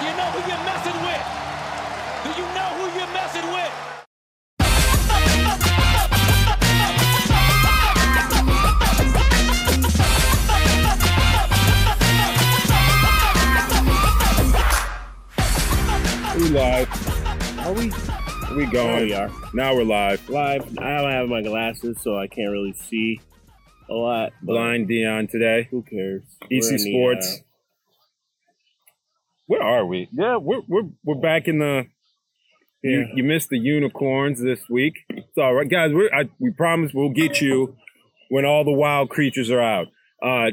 You know who you're messing with. Do you know who you're messing with? We live. Are we? We There going we are. now. We're live. Live. I don't have my glasses, so I can't really see a lot. but Blind Dion today. Who cares? We're in EC the, Sports. uh, Where are we? Yeah, we're we're we're back in the. You, Yeah. you missed the unicorns this week. It's all right, guys. We're, I, we promise we'll get you when all the wild creatures are out. Uh,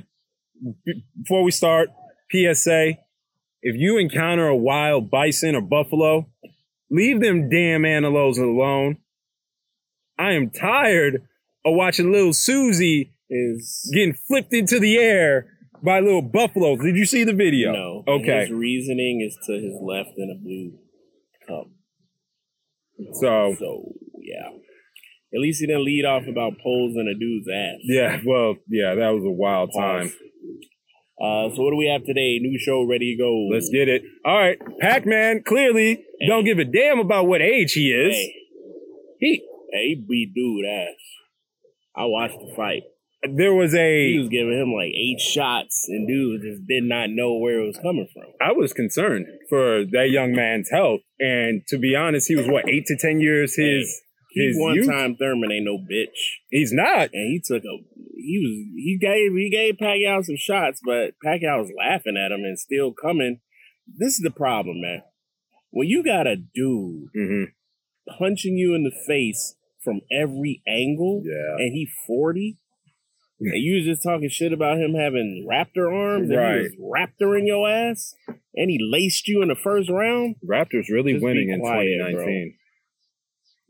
b- before we start, PSA: If you encounter a wild bison or buffalo, leave them damn antelopes alone. I am tired of watching little Susie is getting flipped into the air by little buffaloes. Did you see the video? no. Okay. His reasoning is to his left in a blue cup. So So yeah. At least he didn't lead off about poles in a dude's ass. yeah, well, yeah, that was a wild time. Uh, so what do we have today? New show ready to go. Let's get it. All right, Pac-Man clearly don't give a damn about what age he is. Hey, He hey, he beat dude ass. I watched the fight. there was He a was giving him like eight shots, and dude just did not know where it was coming from. I was concerned for that young man's health, and to be honest, he was what eight to ten years his. He His one youth- time Thurman ain't no bitch, He's not. and he took a he was he gave he gave Pacquiao some shots, but Pacquiao was laughing at him and still coming. This is the problem, man. When you got a dude Mm-hmm. punching you in the face from every angle, Yeah. and he forty. And you was just talking shit about him having raptor arms, and Right. he was raptoring your ass, and he laced you in the first round. Raptors really Just be winning in quiet, bro. 2019.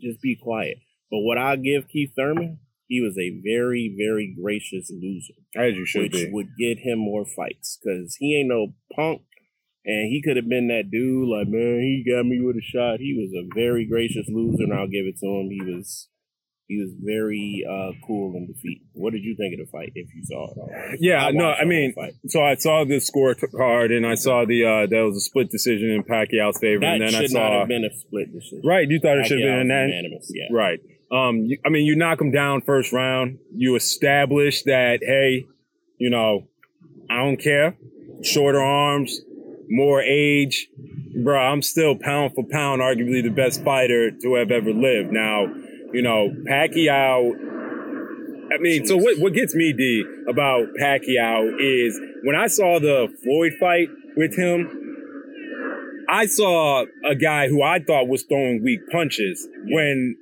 just be quiet. But what I give Keith Thurman, he was a very, very gracious loser, As you should which be. would get him more fights because he ain't no punk. And he could have been that dude, like, man, he got me with a shot. He was a very gracious loser, and I'll give it to him. He was. He was very uh, cool in defeat. What did you think of the fight, if you saw it? Yeah, no, watched I the mean, whole fight. So I saw the scorecard and I saw the uh that was a split decision in Pacquiao's favor, that and then should I not saw have been a split decision. right. You thought it should have Pacquiao been was that, unanimous. Yeah, right? Um, you, I mean, you knock him down first round. You establish that hey, you know, I don't care. Shorter arms, more age, bro. I'm still pound for pound, arguably the best fighter to have ever lived. Now, you know, Pacquiao I mean, so what, what gets me, D, about Pacquiao is when I saw the Floyd fight with him, I saw a guy who I thought was throwing weak punches when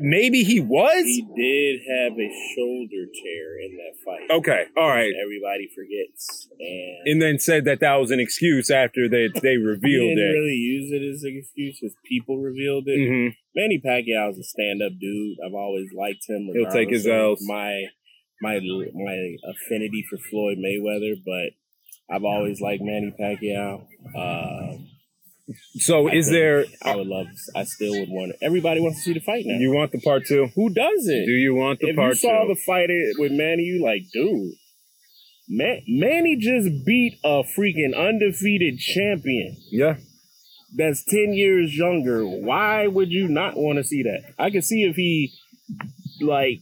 maybe he was. he did have a shoulder tear in that fight. Okay, all right. everybody forgets. And, And then said that that was an excuse after they, they he revealed didn't it. really use it as an excuse. His people revealed it. Mhm. Manny Pacquiao's a stand-up dude. I've always liked him. He'll take his regardless L's. of My my my affinity for Floyd Mayweather, but I've always liked Manny Pacquiao. Uh, So I is think there. I would love. I still would want. Everybody wants to see the fight now. You want the part two? Who does Do it? you want the if part you saw two? the fight it- with Manny, you like, dude, Man- Manny just beat a freaking undefeated champion yeah. that's 10 years younger. Why would you not want to see that? I could see if he, like,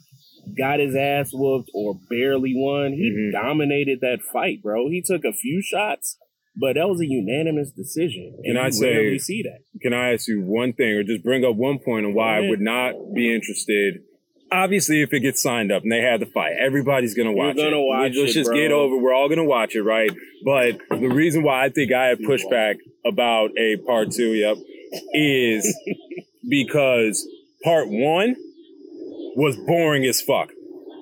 got his ass whooped or barely won. He Mhm. dominated that fight, bro. He took a few shots, but that was a unanimous decision. Can And I I say- rarely see that. can I ask you one thing or just bring up one point on why I ahead. would not be interested? Obviously, if it gets signed up and they have the fight, everybody's gonna You're watch gonna it. watch Let's it, just bro. get over. We're all gonna watch it, right? But the reason why I think I have pushback about a part two, yep, is because part one was boring as fuck.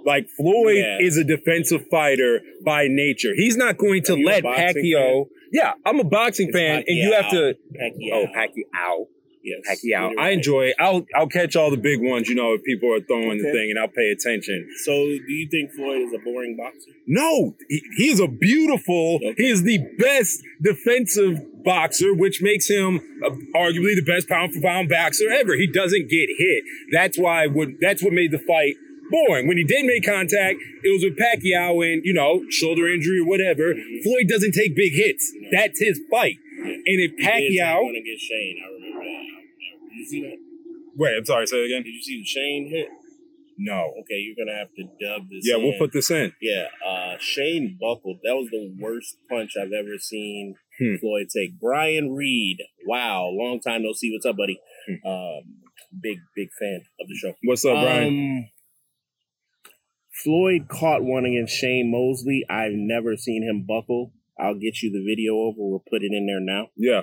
Like Floyd Yeah. is a defensive fighter by nature. He's not going to Are you a let boxing Pacquiao. Yeah, I'm a boxing It's fan, and you have to. Pacquiao. Oh, Pacquiao. Yes. Pacquiao. You're I right. enjoy. It. I'll I'll catch all the big ones, you know, if people are throwing the Okay. thing, and I'll pay attention. So, do you think Floyd is a boring boxer? No, he, he is a beautiful. Okay. He is the best defensive boxer, which makes him uh, arguably the best pound for pound boxer ever. He doesn't get hit. That's why would that's what made the fight boring. When he did make contact, it was with Pacquiao and you know shoulder injury or whatever. Floyd doesn't take big hits. That's his fight. and if Pacquiao, going against Shane. I remember that. I- I- You see that? wait, I'm sorry, say it Did again. you see the Shane hit? No. Okay, you're gonna have to dub this. Yeah, we'll in. put this in. Yeah, uh, Shane buckled. That was the worst punch I've ever seen Hmm. Floyd take. Brian Reed. Wow, long time no see. What's up, buddy? Um, big big fan of the show. Hmm. What's up, Brian? Um, Floyd caught one against Shane Mosley. I've never seen him buckle. I'll get you the video over. We'll put it in there now. Yeah.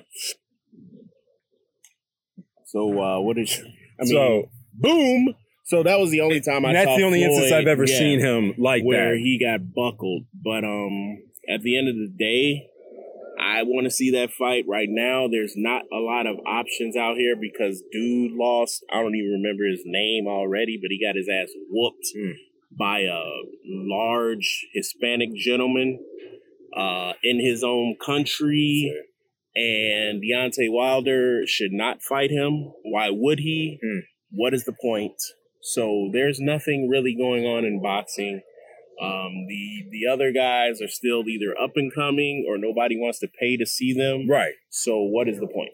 So uh, what is? I mean, so boom. So that was the only time I. and that's saw the only instance Floyd- I've ever yeah. seen him like where that. he got buckled. But um, at the end of the day, I want to see that fight right now. There's not a lot of options out here because dude lost. I don't even remember his name already, but he got his ass whooped Hmm. by a large Hispanic gentleman uh, in his own country. And Deontay Wilder should not fight him. Why would he? Hmm. What is the point? So there's nothing really going on in boxing. Um, the the other guys are still either up and coming or nobody wants to pay to see them. right. So what is the point?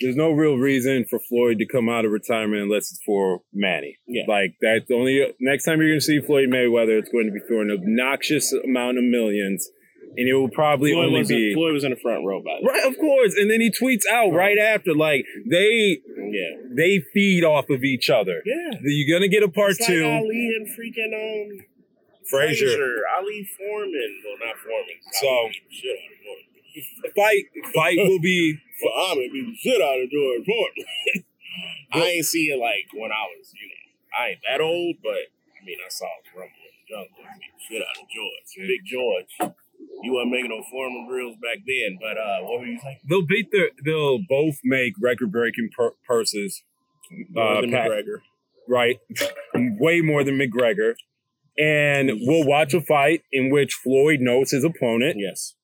There's no real reason for Floyd to come out of retirement unless it's for Manny. Yeah. Like that's the only next time you're gonna see Floyd Mayweather, it's going to be for an obnoxious amount of millions. And it will probably Floyd, only was be in, Floyd was in the front row by the Right, of course. And then he tweets out right after, like they Yeah. they feed off of each other. Yeah. You're gonna get a part It's like two, Ali and freaking um uh, Frazier. Frazier. Ali Foreman. Well not Foreman. So- Ali beat the shit out of Foreman. Fight fight will be For Ahmed beat the shit out of Jordan Foreman. I ain't see it like when I was, you know, I ain't that old, but I mean I saw the rumble in the jungle and beat the shit out of George. Big George. You wasn't making no Foreman drills back then, but uh what were you saying? they'll beat their they'll both make record breaking per- purses, More than Pat- McGregor. right? Way more than McGregor. And we'll watch a fight in which Floyd knows his opponent, Yes.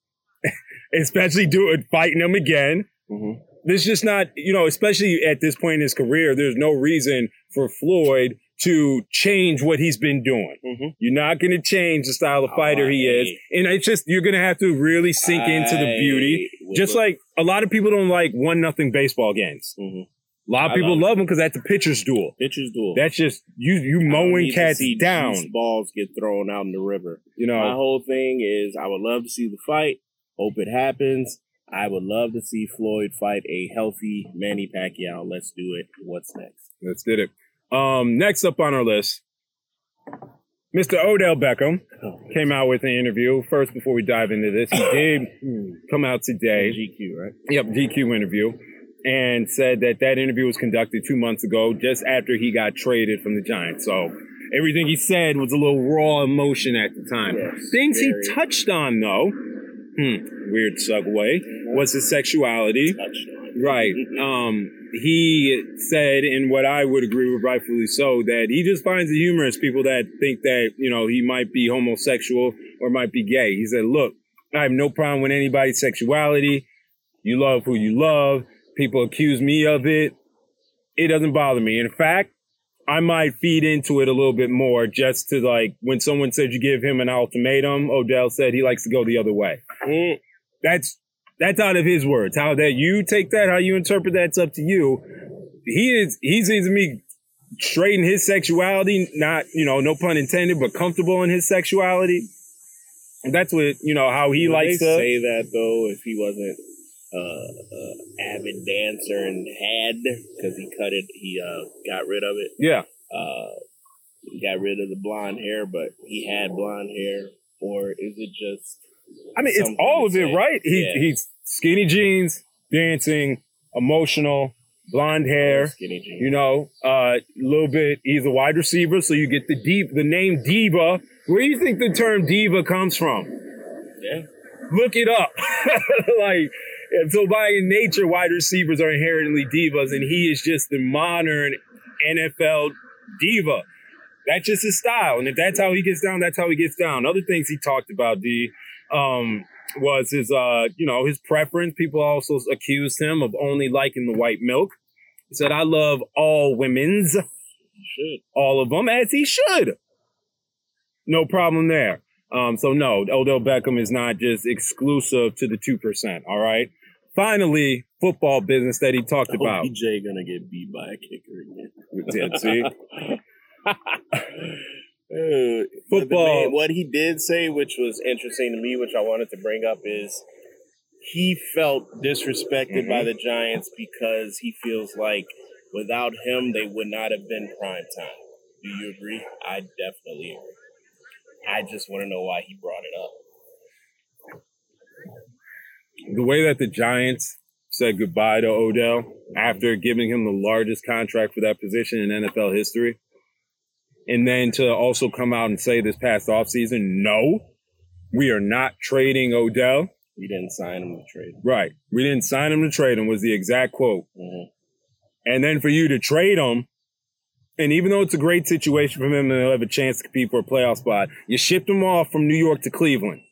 especially doing fighting him again. Mm-hmm. there's just not, you know, especially at this point in his career, there's no reason for Floyd to change what he's been doing. Mhm. You're not going to change the style of Oh, fighter he I- is. And it's just, you're going to have to really sink into the beauty. Just like a lot of people don't like one nothing baseball games. mm A lot of I people love love them because that's a pitcher's duel. pitchers duel. That's just you, you I don't mowing need to cats see down. juice Balls get thrown out in the river. You My know, whole thing is, I would love to see the fight. Hope it happens. I would love to see Floyd fight a healthy Manny Pacquiao. Let's do it. What's next? let's did it. Um, next up on our list, Mr. Odell Beckham. Oh, came out with an interview first before we dive into this. He did come out today. GQ, right? Yep, GQ interview, and said that that interview was conducted two months ago, just after he got traded from the Giants. So everything he said was a little raw emotion at the time. Yes, Things he very. touched on, though, hmm, weird segue, was his sexuality. Touchdown. Right. Um, he said, and what I would agree with, rightfully so, that he just finds it humorous people that think that you know he might be homosexual or might be gay. He said, "Look, I have no problem with anybody's sexuality. You love who you love. People accuse me of it. It doesn't bother me. In fact." I might feed into it a little bit more just to like when someone said you give him an ultimatum, Odell said he likes to go the other way. Mm. That's that's out of his words. How that you take that, how you interpret that's up to you. He is he seems to me straight in his sexuality, not you know, no pun intended, but comfortable in his sexuality. And that's what you know how he Would likes they to. say that though if he wasn't uh, uh avid dancer and had because he cut it, he uh got rid of it. yeah, uh, he got rid of the blonde hair, but he had blonde hair, or is it just I mean it's Something all to of it, say. right? He Yeah. he's skinny jeans, dancing, emotional, blonde hair. skinny jeans? You know, a little bit. He's a wide receiver, so you get the deep the name diva. Where do you think the term diva comes from? yeah, look it up. like, and so by nature, wide receivers are inherently divas, and he is just the modern NFL diva. That's just his style, and if that's how he gets down, that's how he gets down. Other things he talked about, D, um, was his, uh, you know, his preference. People also accused him of only liking the white milk. He said, "I love all women's." he should. all of them as he should. No problem there. Um, so no, Odell Beckham is not just exclusive to the two percent. All right. Finally, football business that he Oh, talked about. OBJ gonna get beat by a kicker again. Yeah, see? Uh, but the Football. man- what he did say, which was interesting to me, which I wanted to bring up, is he felt disrespected by the Giants because he feels like without him they would not have been prime time. Do you agree? I definitely agree. I just want to know why he brought it up. the way that the Giants said goodbye to Odell after giving him the largest contract for that position in NFL history, and then to also come out and say this past offseason, no, we are not trading Odell. We didn't sign him to trade. Right. We didn't sign him to trade him, was the exact quote. Mhm. And then for you to trade him, and even though it's a great situation for him and he'll have a chance to compete for a playoff spot, you shipped him off from New York to Cleveland.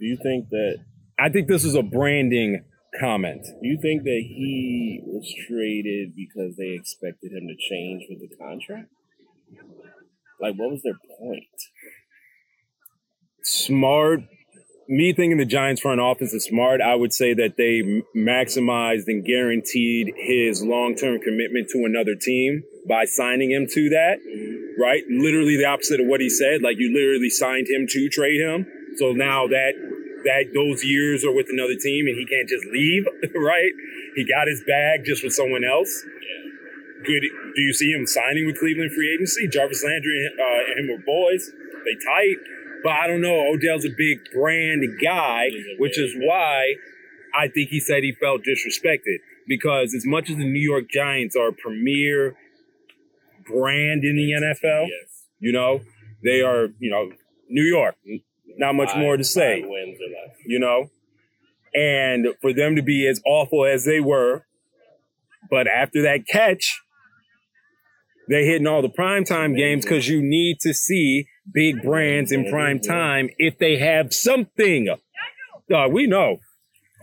Do you think that? I think this is a branding comment. Do you think that he was traded because they expected him to change with the contract? Like, what was their point? smart. Me thinking the Giants front office is smart, I would say that they m- maximized and guaranteed his long term commitment to another team by signing him to that, right? Literally the opposite of what he said. Like you literally signed him to trade him. So now that that those years are with another team and he can't just leave, right? He got his bag just with someone else. Good. Do you see him signing with Cleveland free agency? Jarvis Landry and, uh, and him were boys. They tight. But I don't know. Odell's a big brand guy, He's a which is why I think he said he felt disrespected. Because as much as the New York Giants are a premier brand in the NFL, Yes. you know, they are, you know, New York. Not much Five- more to say five wins or less. you know? And for them to be as awful as they were, but after that catch, they hitting all the primetime games because you need to see big brands in prime time if they have something. Uh, we know.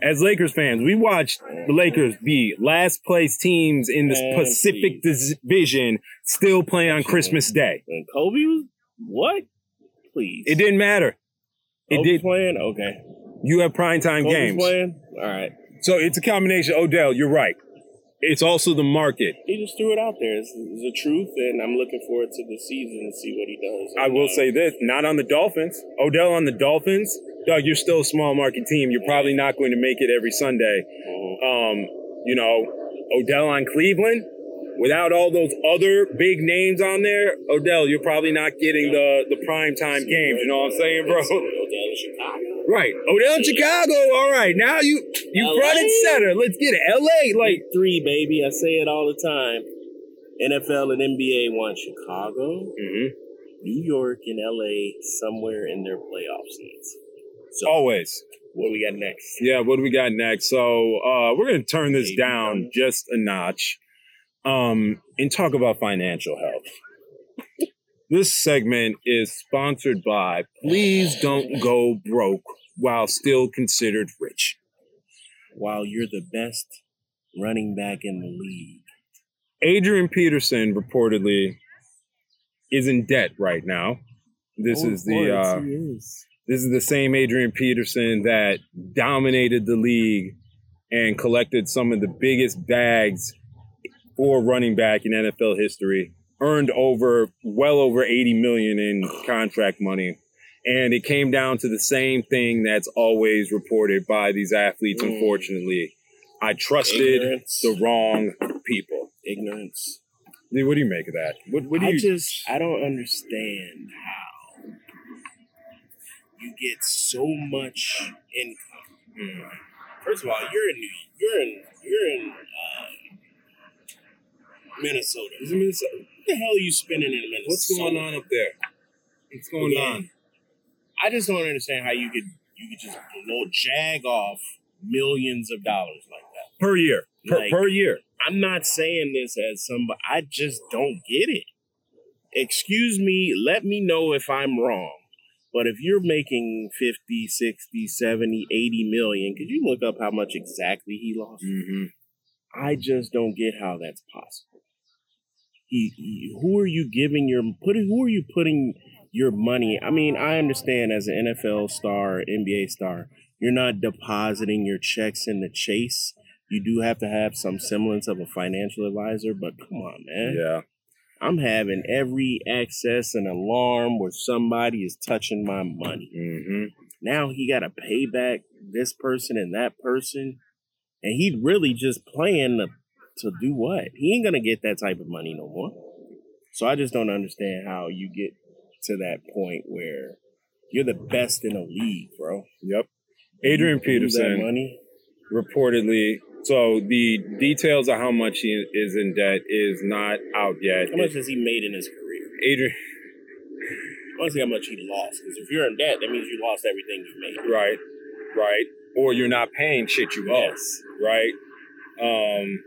As Lakers fans, we watched the Lakers be last place teams in the Man, Pacific Division still play on Christmas Day. And Kobe was what? Please. It didn't matter. It Kobe did. playing. Okay. You have primetime Kobe's games. playing. All right. So it's a combination. Odell, you're right. It's also the market. He just threw it out there. It's, it's the truth, and I'm looking forward to the season to see what he does. I will And, uh, say this: not on the Dolphins. Odell on the Dolphins, dog. You're still a small market team. You're probably not going to make it every Sunday. mhm. Um, you know, Odell on Cleveland. Without all those other big names on there, Odell, you're probably not getting the the prime time games. You know what I'm saying, bro? Odell in Chicago. Right. Odell in Chicago. All right. Now you you front and LA? center. Let's get it. L.A. Like Like three, baby. I say it all the time. NFL and NBA want Chicago, New York, and LA somewhere in their playoff seeds. Oh. always. What do we got next? Yeah, what do we got next? So uh, we're going to turn this down just a notch um, and talk about financial health. this segment is sponsored by Please Don't Go Broke While Still Considered Rich. While you're the best running back in the league, Adrian Peterson reportedly is in debt right now. This Oh, is the boy, it's- uh, he is. This is the same Adrian Peterson that dominated the league and collected some of the biggest bags for running back in NFL history, earned over well over 80 million in contract money. And it came down to the same thing that's always reported by these athletes, Mm. unfortunately. I uh, trusted Ignorance. the wrong people. ignorance. Dude, What do you make of that? What, what do I you just I don't understand how you get so much income. Mm. First of all, you're in New- you're in you're in uh, Minnesota. Is it Minnesota? What the hell are you spending in Minnesota? What's going on up there? What's going on? I just don't understand how you could you could just blow, jag off millions of dollars like that. Per year. Per, Like- per year. I'm not saying this as somebody. I just don't get it. Excuse me. Let me know if I'm wrong. But if you're making 50, 60, 70, 80 million, could you look up how much exactly he lost? Mm-hmm. I just don't get how that's possible. He, he- who are you giving your putting? Who are you putting your money? I mean, I understand as an NFL star, NBA star, you're not depositing your checks in the chase. You do have to have some semblance of a financial advisor, but come on, man. Yeah. I'm having every access and alarm where somebody is touching my money. hmm Now he got to pay back this person and that person. And he really just playing to, to do what? He ain't going to get that type of money no more. So I just don't understand how you get to that point where you're the best in the league, bro. Yep. Adrian You lose that Peterson money. reportedly. So the details of how much he is in debt is not out yet. How much has he made in his career? Adrian, I want to see how much he lost. Because if you're in debt, that means you lost everything you made. right, right, or you're not paying shit you owe. Yes. right? Um,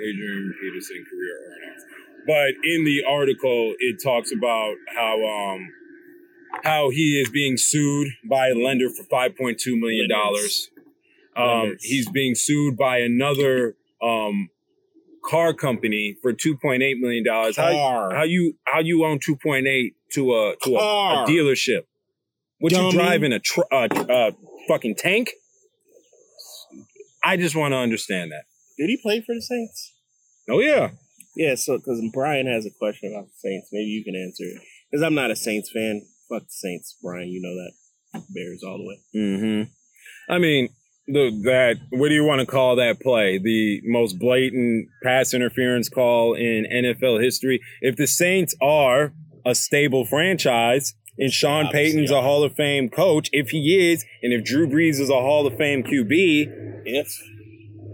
Adrian Peterson career earnings. But in the article, it talks about how um, how he is being sued by a lender for five point two million dollars. Lenders. Um, Lenders. he's being sued by another um, car company for two point eight million dollars. How, Car. how you how you own two point eight to a to a, a Car. dealership? What you Dummy. driving a tr- uh, uh, fucking tank? I just want to understand that. Did he play for the Saints? Oh yeah. Yeah, so because Brian has a question about the Saints, maybe you can answer it. Because I'm not a Saints fan. Fuck the Saints, Brian. You know that. Bears all the way. Mm-hmm. I mean, the that what do you want to call that play? The most blatant pass interference call in NFL history. If the Saints are a stable franchise and Sean Obviously Payton's a are. Hall of Fame coach, if he is, and if Drew Brees is a Hall of Fame QB, If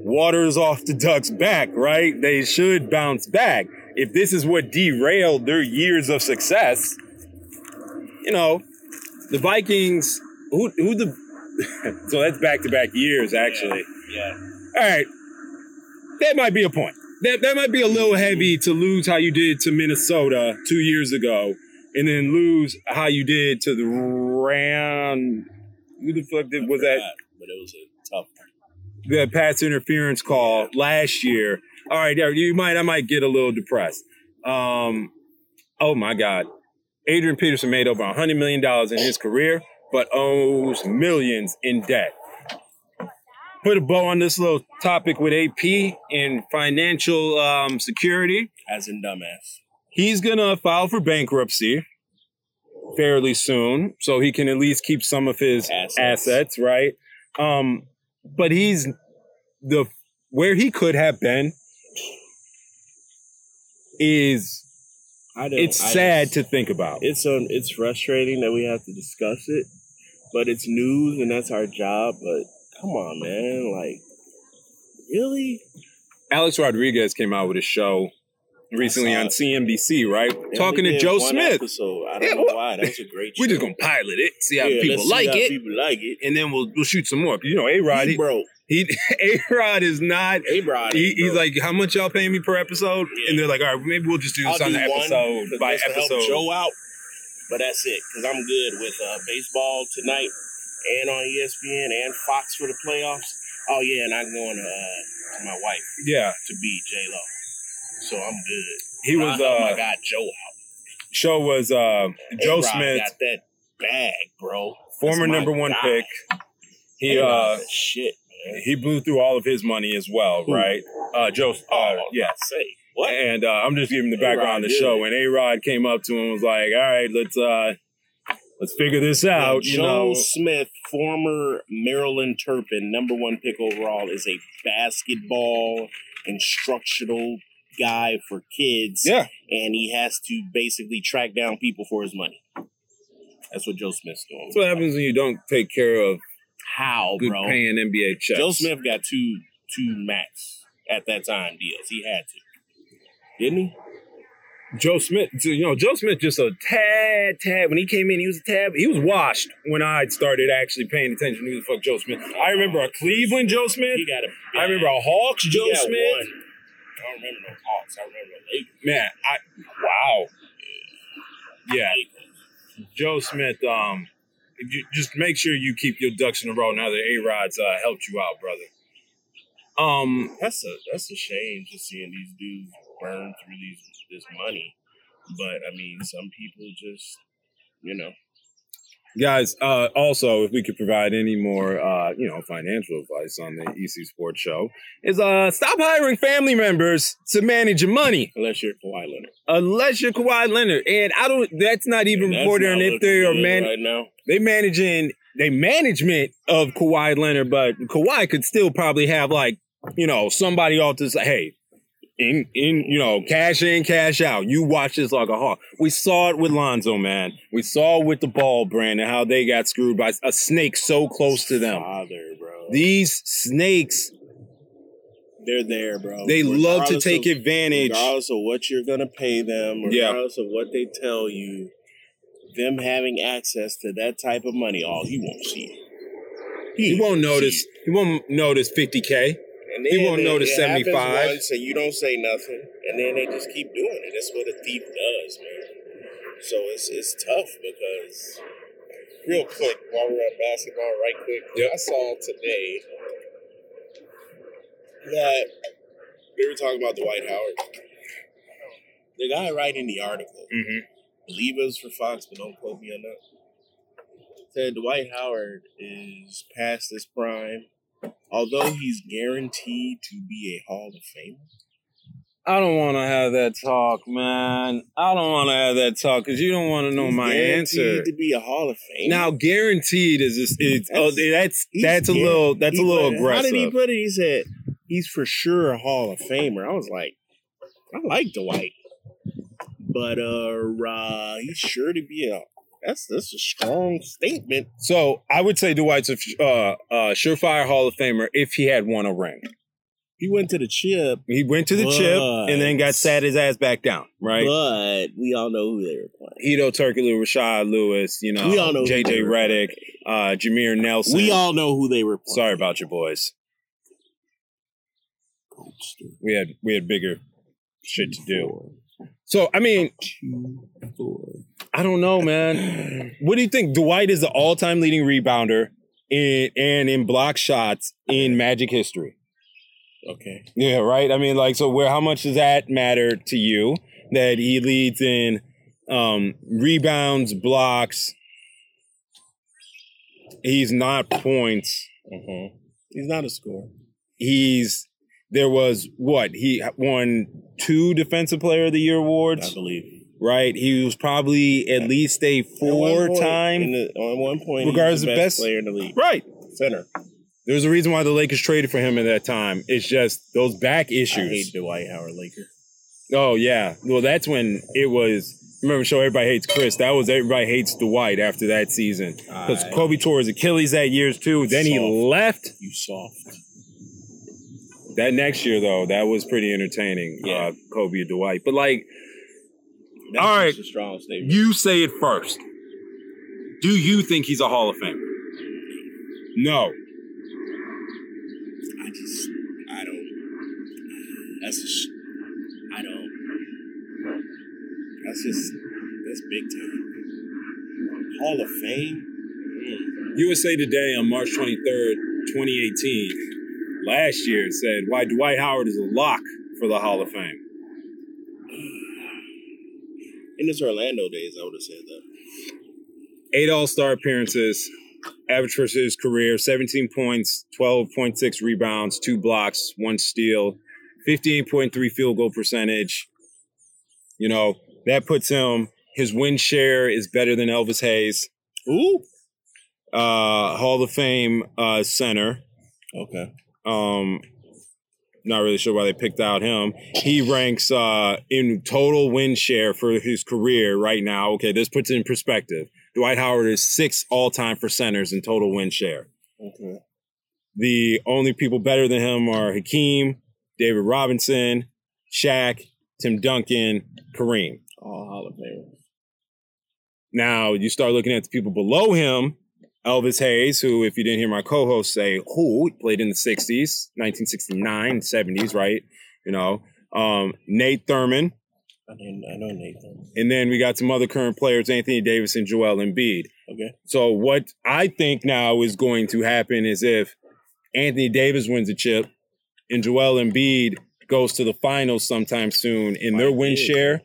water's off the duck's back, right? They should bounce back. If this is what derailed their years of success, you know, the Vikings, who, who the, so that's back to back years, actually. yeah, All right. That might be a point. That, that might be a little heavy to lose how you did to Minnesota two years ago and then lose how you did to the Ram. Who the fuck did, was that? But it was a tough. one. the pass interference call last year. All right, yeah, you might I might get a little depressed. Um, oh my God, Adrian Peterson made over hundred million dollars in his career, but owes millions in debt. Put a bow on this little topic with AP and financial um, security. As in dumbass. He's gonna file for bankruptcy fairly soon, so he can at least keep some of his Assets. assets, right? Um, but he's the where he could have been is I don't, it's I sad just- to think about. It's um, it's frustrating that we have to discuss it, but it's news and that's our job. But come on, man, like really? Alex Rodriguez came out with a show recently I saw on it. CNBC, right? They Talking to only did Joe one Smith. Episode. I Yeah, don't know well, why. That was a great. We're just show. gonna pilot it, see how Yeah, let's people see like how it, People like it. and then we'll we'll shoot some more. You know, A Rod, He he, broke. he A Rod is not. Hey, Brian. He, he's like, how much y'all paying me per episode? Yeah. And they're like, all right, maybe we'll just do this on the episode because by just to help episode. Joe out, but that's it because I'm good with uh, baseball tonight and on E ESPN and Fox for the playoffs. Oh yeah, and I'm going to, uh, to my wife Yeah, to be J Lo, so I'm good. he was. I helped Uh, my guy Joe out. show was uh, Joe A-Rod Smith, got that bag, bro. former That's my number one guy. pick. He A-Rod uh, is shit, man. he blew through all of his money as well, Who? right? Uh, Joe, uh, Oh yeah. say what? And uh, I'm just giving the background of the did show. it. And A Rod came up to him and was like, "All right, let's uh, let's figure this Now, out." Joe You know, Smith, former Maryland Turpin, number one pick overall, is a basketball instructional guy for kids. Yeah. And he has to basically track down people for his money. That's what Joe Smith's doing. that's what happens when you don't take care of How, good bro? paying NBA checks. Joe Smith got two two max at that time deals. He had to. Didn't he? Joe Smith, so, you know, Joe Smith just a tad, tad. When he came in, he was a tad. He was washed when I started actually paying attention to who the fuck Joe Smith. I remember a Cleveland Joe Smith. He got a I remember a Hawks He Joe got Smith. one. I don't remember no Hawks. I remember the Lakers. Man, I wow. Yeah, Joe Smith. Um, you, just make sure you keep your ducks in a row. Now that A Rod's uh, helped you out, brother. Um, That's a that's a shame just seeing these dudes burn through these this money. But I mean, some people just you know Guys, uh, also, if we could provide any more, uh, you know, financial advice on the EC Sports Show, is uh, stop hiring family members to manage your money Unless you're Kawhi Leonard. unless you're Kawhi Leonard. And I don't. That's not even That's important. not And if looking they are good man, right now. they managing they management of Kawhi Leonard, but Kawhi could still probably have like you know somebody off this. Hey, in in you know cash in cash out. You watch this like a hawk. We saw it with Lonzo, man. We saw it with the Ball brand and how they got screwed by a snake so close to them. Father, bro. These snakes, They're there, bro. they love to Regardless take of- advantage. Regardless of what you're gonna pay them, Yeah. regardless of what they tell you, them having access to that type of money, all he won't see. it. He won't see notice. it. He won't notice 50k. And he then won't it- notice it happens 75. once and you don't say nothing, and then they just keep doing it. That's what a thief does, man. So it's it's tough because real quick while we're on basketball, right quick, I saw today that we were talking about Dwight Howard. The guy writing the article, Mm-hmm. believe it was for Fox, but don't quote me on that. Said Dwight Howard is past his prime, although he's guaranteed to be a Hall of Famer. I don't want to have that talk, man. I don't want to have that talk because you don't want to know He's my guaranteed answer. to be a Hall of Famer. Now, guaranteed is this? It's, oh, That's- that's he's that's a guaranteed. little that's He a little put it- How aggressive. did he put it? He said he's for sure a Hall of Famer. I was like, I like Dwight, but uh, uh he's sure to be a. That's that's a strong statement. so I would say Dwight's a f- uh, uh, surefire Hall of Famer if he had won a ring. He went to the chip, He went to the chip But- and then got sat his ass back down. Right? but we all know who they were playing. Hito Turkoglu, Rashad Lewis, you know, We all know who they JJ were. Redick, uh, Jameer Nelson. We all know who they were playing. sorry about your boys. We had we had bigger shit to do. So I mean, Two, four. I don't know, man. What do you think? Dwight is the all-time leading rebounder in and in block shots in Magic history. Okay. Yeah, right. I mean, like, so where? How much does that matter to you that he leads in um, rebounds, blocks? He's not points. Uh-huh. He's not a scorer. He's there was what he won two Defensive Player of the Year I awards, believe. right? He was probably at least a four-time On one point, in the- on one point, Regardless regardless of the best, best- player in the league, right. center. There's a reason why the Lakers traded for him at that time. It's just those back I hate issues. Dwight Howard Laker. Oh yeah. Well, that's when it was. Remember, show everybody hates Chris. That was everybody hates Dwight after that season because Aye. Kobe tore his Achilles that year too. Then he Soft. left You soft. that next year though. That was pretty entertaining. Yeah. Uh, Kobe and Dwight, but like That's All right. just a strong statement. you say it first. Do you think he's a Hall of Famer? No. I just, I don't. That's a sh- I don't. That's just that's big time. Hall of Fame. USA Today on March 23rd, 2018, last year said why Dwight Howard is a lock for the Hall of Fame. In his Orlando days, I would have said that. Eight All Star appearances, average for his career 17 points, 12.6 rebounds, two blocks, one steal, 58.3 field goal percentage. You know, that puts him, his win share is better than Elvis Hayes, Ooh. uh, Hall of Fame uh, center. Okay. Um, not really sure why they picked out him. He ranks uh, in total win share for his career right now. Okay, this puts it in perspective. Dwight Howard is sixth all time for centers in total win share. Okay. The only people better than him are Hakeem, David Robinson, Shaq, Tim Duncan, Kareem. All Hall of Famers. Now you start looking at the people below him, Elvis Hayes, who, if you didn't hear my co-host say, who played in the '60s, 1969, 70s, right? You know, um, Nate Thurman, I didn't. I know Nathan. and then we got some other current players: Anthony Davis and Joel Embiid. Okay. So what I think now is going to happen is if Anthony Davis wins a chip and Joel Embiid goes to the finals sometime soon and their win Fight big. share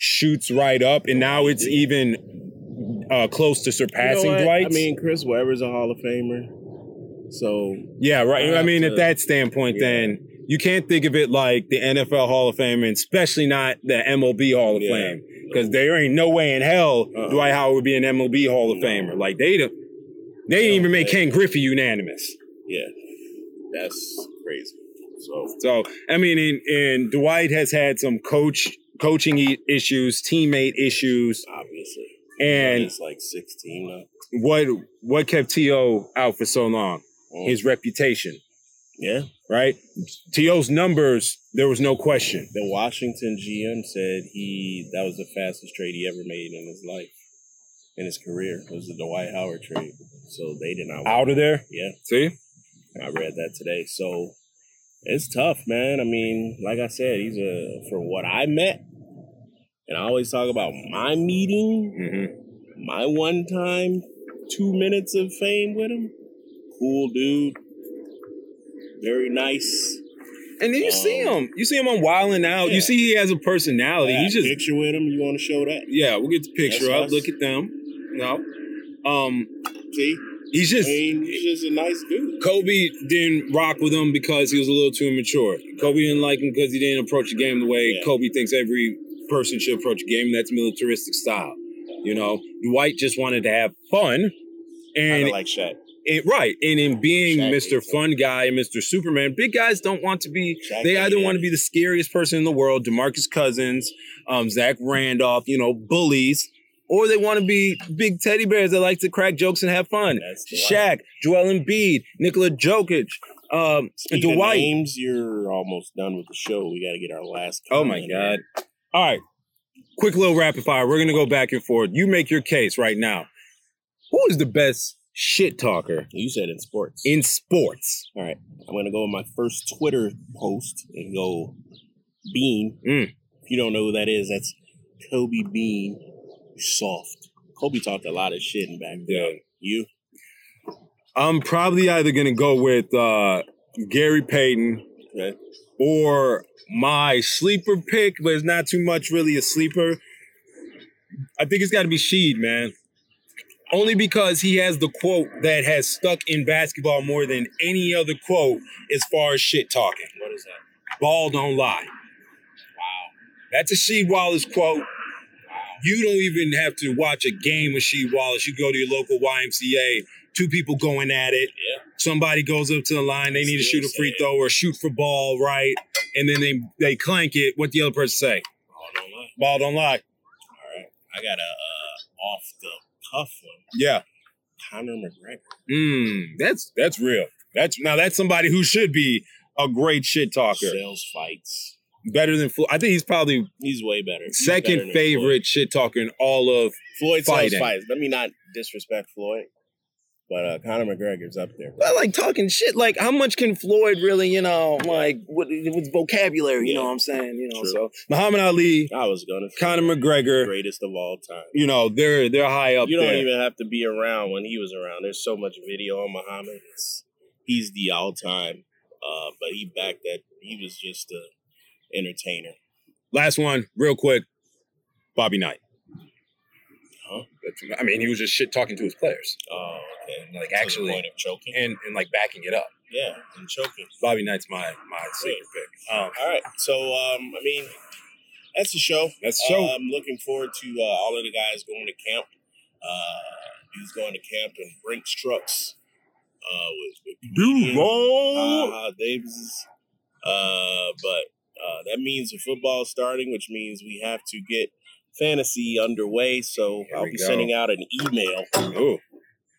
shoots right up and now it's even uh, close to surpassing what? Dwight. I mean, Chris Webber's a Hall of Famer. So yeah, right. I I'll mean, have at to- that standpoint, yeah. then you can't think of it like the NFL Hall of Fame, and especially not the MLB Hall of Yeah. Fame, because there ain't no way in hell Uh-uh. Dwight Howard would be an MLB Hall of No. Famer. Like they, done- they didn't No even make way. Ken Griffey unanimous. yeah, that's crazy. So So I mean, and, and Dwight has had some coach coaching i- issues, teammate issues, obviously, and it's like sixteen. uh, Now. what what kept To out for so long? Mm. His reputation, yeah, right? To's numbers, there was no question. the Washington GM said he that was the fastest trade he ever made in his life, in his career was the Dwight Howard trade. So they did not. Out of there, Yeah, see? I read that today. So it's tough, man. I mean, like I said, he's a for what I met, and I always talk about my meeting Mm-hmm. my one time two minutes of fame with him. Cool dude. Very nice. And then you see Um, him, you see him on Wildin' Out. You yeah. see he has a personality. Yeah, Oh, He just picture with him. You want to show that? yeah, we'll get the picture That's up. us. Look at them. No, um, See, he's I just mean, he's just a nice dude. Kobe didn't rock with him because he was a little too immature. Kobe didn't like him because he didn't approach the game the way Yeah. Kobe thinks every person should approach a game. That's militaristic style. You know, Dwight just wanted to have fun. Kind And of like Shaq. it, right, and in being Shaq Mr. hates him. Fun Guy and Mr. Superman, big guys don't want to be. Shaq They either hated want to him. be the scariest person in the world, Demarcus Cousins, um, Zach Randolph, you know, bullies, or they want to be big teddy bears that like to crack jokes and have fun. That's the life. Shaq, Joel Embiid, Nikola Jokic, um, Speaking of Dwight. names, you're almost done with the show. We got to get our last. Oh my comment. God! All right, quick little rapid fire. We're gonna go back and forth. You make your case right now. Who is the best shit talker You said in sports. in sports? All right, I'm gonna go with my first Twitter post and go Bean. Mm. If you don't know who that is, that's Kobe Bean. You soft. Kobe talked a lot of shit in back then. You I'm probably either gonna go with uh, Gary Payton okay? or my sleeper pick, but it's not too much really a sleeper. I think it's got to be Sheed, man. Only because he has the quote that has stuck in basketball more than any other quote as far as shit talking. What is that? Ball don't lie. Wow. That's a Sheed Wallace quote. You don't even have to watch a game with Sheed Wallace. You go to your local YMCA, two people going at it. Yeah. Somebody goes up to the line, they need to Still shoot a free saying. throw or shoot for ball, right? And then they they clank it. What the other person say? Oh, don't lie. Ball don't lie. All right, I got a uh, off the cuff one. Yeah. Conor McGregor. Mm, that's that's real. That's now that's somebody who should be a great shit talker. Sales fights. Better than Floyd. I think he's probably He's way better. He's better second than favorite shit talker in all of Floyd, Floyd fighting. sells fights. Let me not disrespect Floyd, but uh, Conor McGregor's up there. But like talking shit, like how much can Floyd really, you know, like what with vocabulary, you know Yeah. what I'm saying? You know, True. so Muhammad Ali, I was gonna say Conor McGregor, greatest of all time. you know, they're they're high up you don't there. even have to be around when he was around. There's so much video on Muhammad. It's, he's the all time. Uh, but he backed that. He was just a entertainer. Last one, real quick, Bobby Knight. Huh? That's- I mean, he was just shit talking to his players Oh, okay. Like, To the actually- point of choking. and and like backing it up. yeah, and choking. Bobby Knight's my my secret pick. Um, All right. So, um, I mean, that's the show. that's Uh, so. I'm looking forward to uh, all of the guys going to camp. Uh, he's going to camp in Brinks trucks. Uh, with, with comedians. uh, Davis's. Uh, but uh, that means the football starting, which means we have to get fantasy underway. So Here I'll we be go. sending out an email Ooh,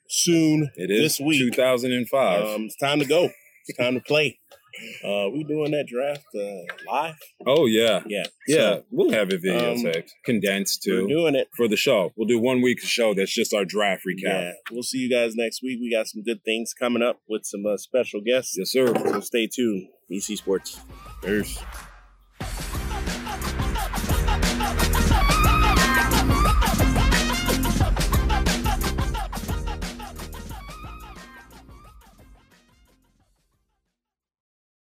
soon. it is This week. 2005. Um, it's time to go. It's time to play. Uh, we doing that draft uh, live. oh yeah, Yeah, yeah. So we'll have it videotaped, um, condensed we're too. doing it. for the show. We'll do one week show that's just our draft recap. Yeah, we'll see you guys next week. We got some good things coming up with some uh, special guests. Yes, sir. So stay tuned. BC Sports. Peace.